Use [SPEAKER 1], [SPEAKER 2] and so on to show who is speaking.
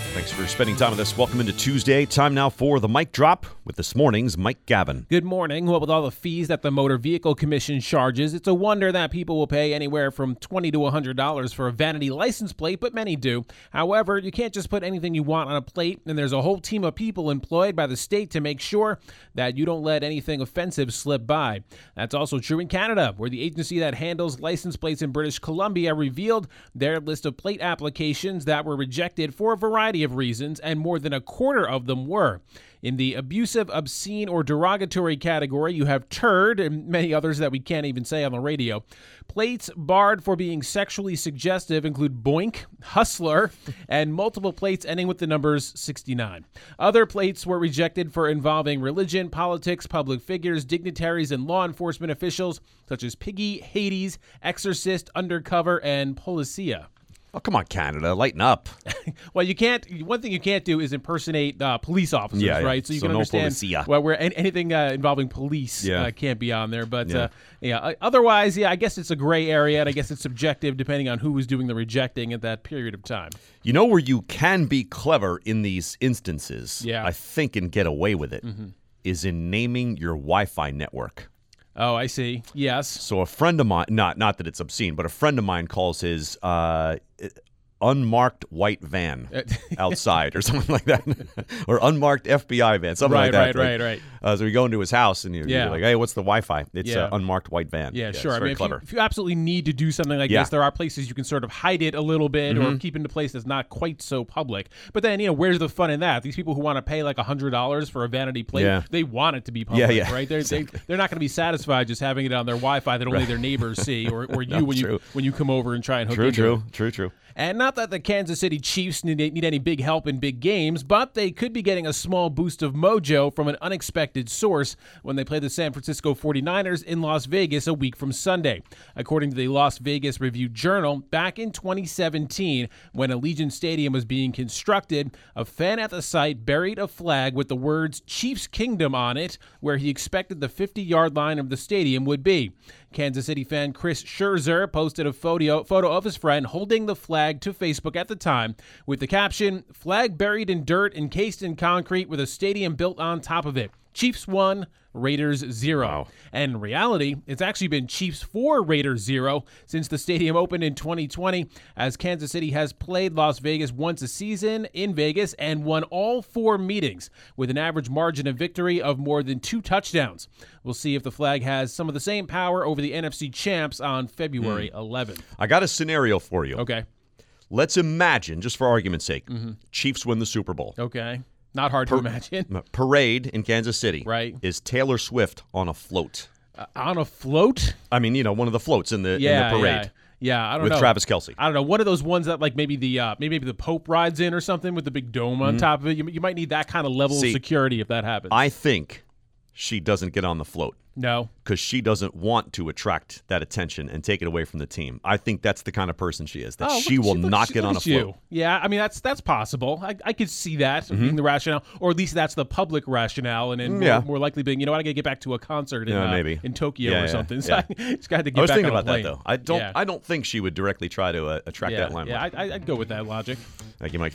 [SPEAKER 1] Thanks for spending time with us. Welcome into Tuesday. Time now for the mic drop with this morning's Mike Gavin.
[SPEAKER 2] Good morning. Well, with all the fees that the Motor Vehicle Commission charges, it's a wonder that people will pay anywhere from $20 to $100 for a vanity license plate, but many do. However, you can't just put anything you want on a plate, and there's a whole team of people employed by the state to make sure that you don't let anything offensive slip by. That's also true in Canada, where the agency that handles license plates in British Columbia revealed their list of plate applications that were rejected for a variety of reasons, and more than a quarter of them were. In the abusive, obscene, or derogatory category, you have turd and many others that we can't even say on the radio. Plates barred for being sexually suggestive include boink, hustler, and multiple plates ending with the numbers 69. Other plates were rejected for involving religion, politics, public figures, dignitaries, and law enforcement officials such as Piggy, Hades, Exorcist, Undercover, and Policia.
[SPEAKER 1] Oh, come on, Canada, lighten up.
[SPEAKER 2] Well, you can't. One thing you can't do is impersonate uh, police officers,
[SPEAKER 1] Yeah, yeah.
[SPEAKER 2] right? So you
[SPEAKER 1] So
[SPEAKER 2] can
[SPEAKER 1] no
[SPEAKER 2] understand
[SPEAKER 1] policia.
[SPEAKER 2] well, where an- anything uh, involving police
[SPEAKER 1] Yeah.
[SPEAKER 2] uh, can't be on there. But
[SPEAKER 1] Yeah.
[SPEAKER 2] yeah, uh, yeah uh, otherwise, yeah, I guess it's a gray area, and I guess it's subjective depending on who was doing the rejecting at that period of time.
[SPEAKER 1] You know where you can be clever in these instances,
[SPEAKER 2] Yeah.
[SPEAKER 1] I think, and get away with it, is in naming your Wi Fi network.
[SPEAKER 2] Oh, I see. Yes.
[SPEAKER 1] So a friend of mine, not not that it's obscene, but a friend of mine calls his uh, unmarked white van
[SPEAKER 2] Uh,
[SPEAKER 1] outside or something like that, or unmarked FBI van, something like
[SPEAKER 2] Right,
[SPEAKER 1] that.
[SPEAKER 2] right,
[SPEAKER 1] Like,
[SPEAKER 2] right, right.
[SPEAKER 1] Uh, so we go into his house and you're, you're
[SPEAKER 2] Yeah.
[SPEAKER 1] like, "Hey, what's the Wi-Fi?" It's
[SPEAKER 2] Yeah.
[SPEAKER 1] an unmarked white van.
[SPEAKER 2] Yeah,
[SPEAKER 1] it's
[SPEAKER 2] sure. I
[SPEAKER 1] very
[SPEAKER 2] mean, if you,
[SPEAKER 1] clever.
[SPEAKER 2] if you absolutely need to do something like
[SPEAKER 1] Yeah. Mm-hmm.
[SPEAKER 2] this, there are places you can sort of hide it a little bit or keep it in a place that's not quite so public. But then, you know, where's the fun in that? These people who want to pay like hundred dollars for a vanity plate,
[SPEAKER 1] Yeah.
[SPEAKER 2] they want it to be public,
[SPEAKER 1] yeah,
[SPEAKER 2] right? They're, they, they're not going to be satisfied just having it on their Wi-Fi that only their neighbors see or, or you when
[SPEAKER 1] true.
[SPEAKER 2] you when you come over and try and hook
[SPEAKER 1] True,
[SPEAKER 2] into it.
[SPEAKER 1] true, true, true.
[SPEAKER 2] And not that the Kansas City Chiefs need, need any big help in big games, but they could be getting a small boost of mojo from an unexpected source when they play the San Francisco 49ers in Las Vegas a week from Sunday. According to the Las Vegas Review Journal, back in 2017, when Allegiant Stadium was being constructed, a fan at the site buried a flag with the words Chiefs Kingdom on it, where he expected the 50 yard line of the stadium would be. Kansas City fan Chris Scherzer posted a photo, photo of his friend holding the flag to Facebook at the time with the caption Flag buried in dirt, encased in concrete, with a stadium built on top of it. Chiefs 1, Raiders 0. And in reality, it's actually been Chiefs 4, Raiders 0 since the stadium opened in 2020, as Kansas City has played Las Vegas once a season in Vegas and won all four meetings with an average margin of victory of more than two touchdowns. We'll see if the flag has some of the same power over the NFC champs on February 11th.
[SPEAKER 1] I got a scenario for you.
[SPEAKER 2] Okay. Mm-hmm.
[SPEAKER 1] Let's imagine, just for argument's sake, Chiefs win the Super Bowl.
[SPEAKER 2] Okay. Not hard to imagine.
[SPEAKER 1] M- Parade in Kansas City.
[SPEAKER 2] Right.
[SPEAKER 1] Is Taylor Swift on a float?
[SPEAKER 2] Uh, on a float?
[SPEAKER 1] I mean, you know, one of the floats in the
[SPEAKER 2] Yeah.
[SPEAKER 1] in the parade
[SPEAKER 2] Yeah. Yeah, I don't
[SPEAKER 1] with
[SPEAKER 2] know.
[SPEAKER 1] Travis Kelsey.
[SPEAKER 2] I don't know, one of those ones that like maybe the uh, maybe the Pope rides in or something with the big dome on top of it. You, you might need that kind of level
[SPEAKER 1] Mm-hmm. See,
[SPEAKER 2] of security if that happens.
[SPEAKER 1] I think she doesn't get on the float
[SPEAKER 2] no,
[SPEAKER 1] because she doesn't want to attract that attention and take it away from the team. I think that's the kind of person she is. That
[SPEAKER 2] Oh, look
[SPEAKER 1] she
[SPEAKER 2] at
[SPEAKER 1] will
[SPEAKER 2] you, look-
[SPEAKER 1] not
[SPEAKER 2] look
[SPEAKER 1] get on a
[SPEAKER 2] at you.
[SPEAKER 1] float.
[SPEAKER 2] Yeah, I mean that's that's possible. I, I could see that being the rationale, or at least that's the public rationale, and, and
[SPEAKER 1] Mm-hmm. Mm, yeah.
[SPEAKER 2] more, more likely being you know what, I got to get back to a concert in,
[SPEAKER 1] Yeah,
[SPEAKER 2] uh,
[SPEAKER 1] maybe.
[SPEAKER 2] in Tokyo
[SPEAKER 1] Yeah,
[SPEAKER 2] or
[SPEAKER 1] yeah,
[SPEAKER 2] something. So
[SPEAKER 1] yeah.
[SPEAKER 2] I just got to get
[SPEAKER 1] I was
[SPEAKER 2] back
[SPEAKER 1] thinking
[SPEAKER 2] on a
[SPEAKER 1] about that
[SPEAKER 2] plane.
[SPEAKER 1] though. I don't.
[SPEAKER 2] Yeah.
[SPEAKER 1] I don't think she would directly try to uh, attract
[SPEAKER 2] yeah,
[SPEAKER 1] that limelight.
[SPEAKER 2] yeah, I, I'd go with that logic.
[SPEAKER 1] Thank you, Mike.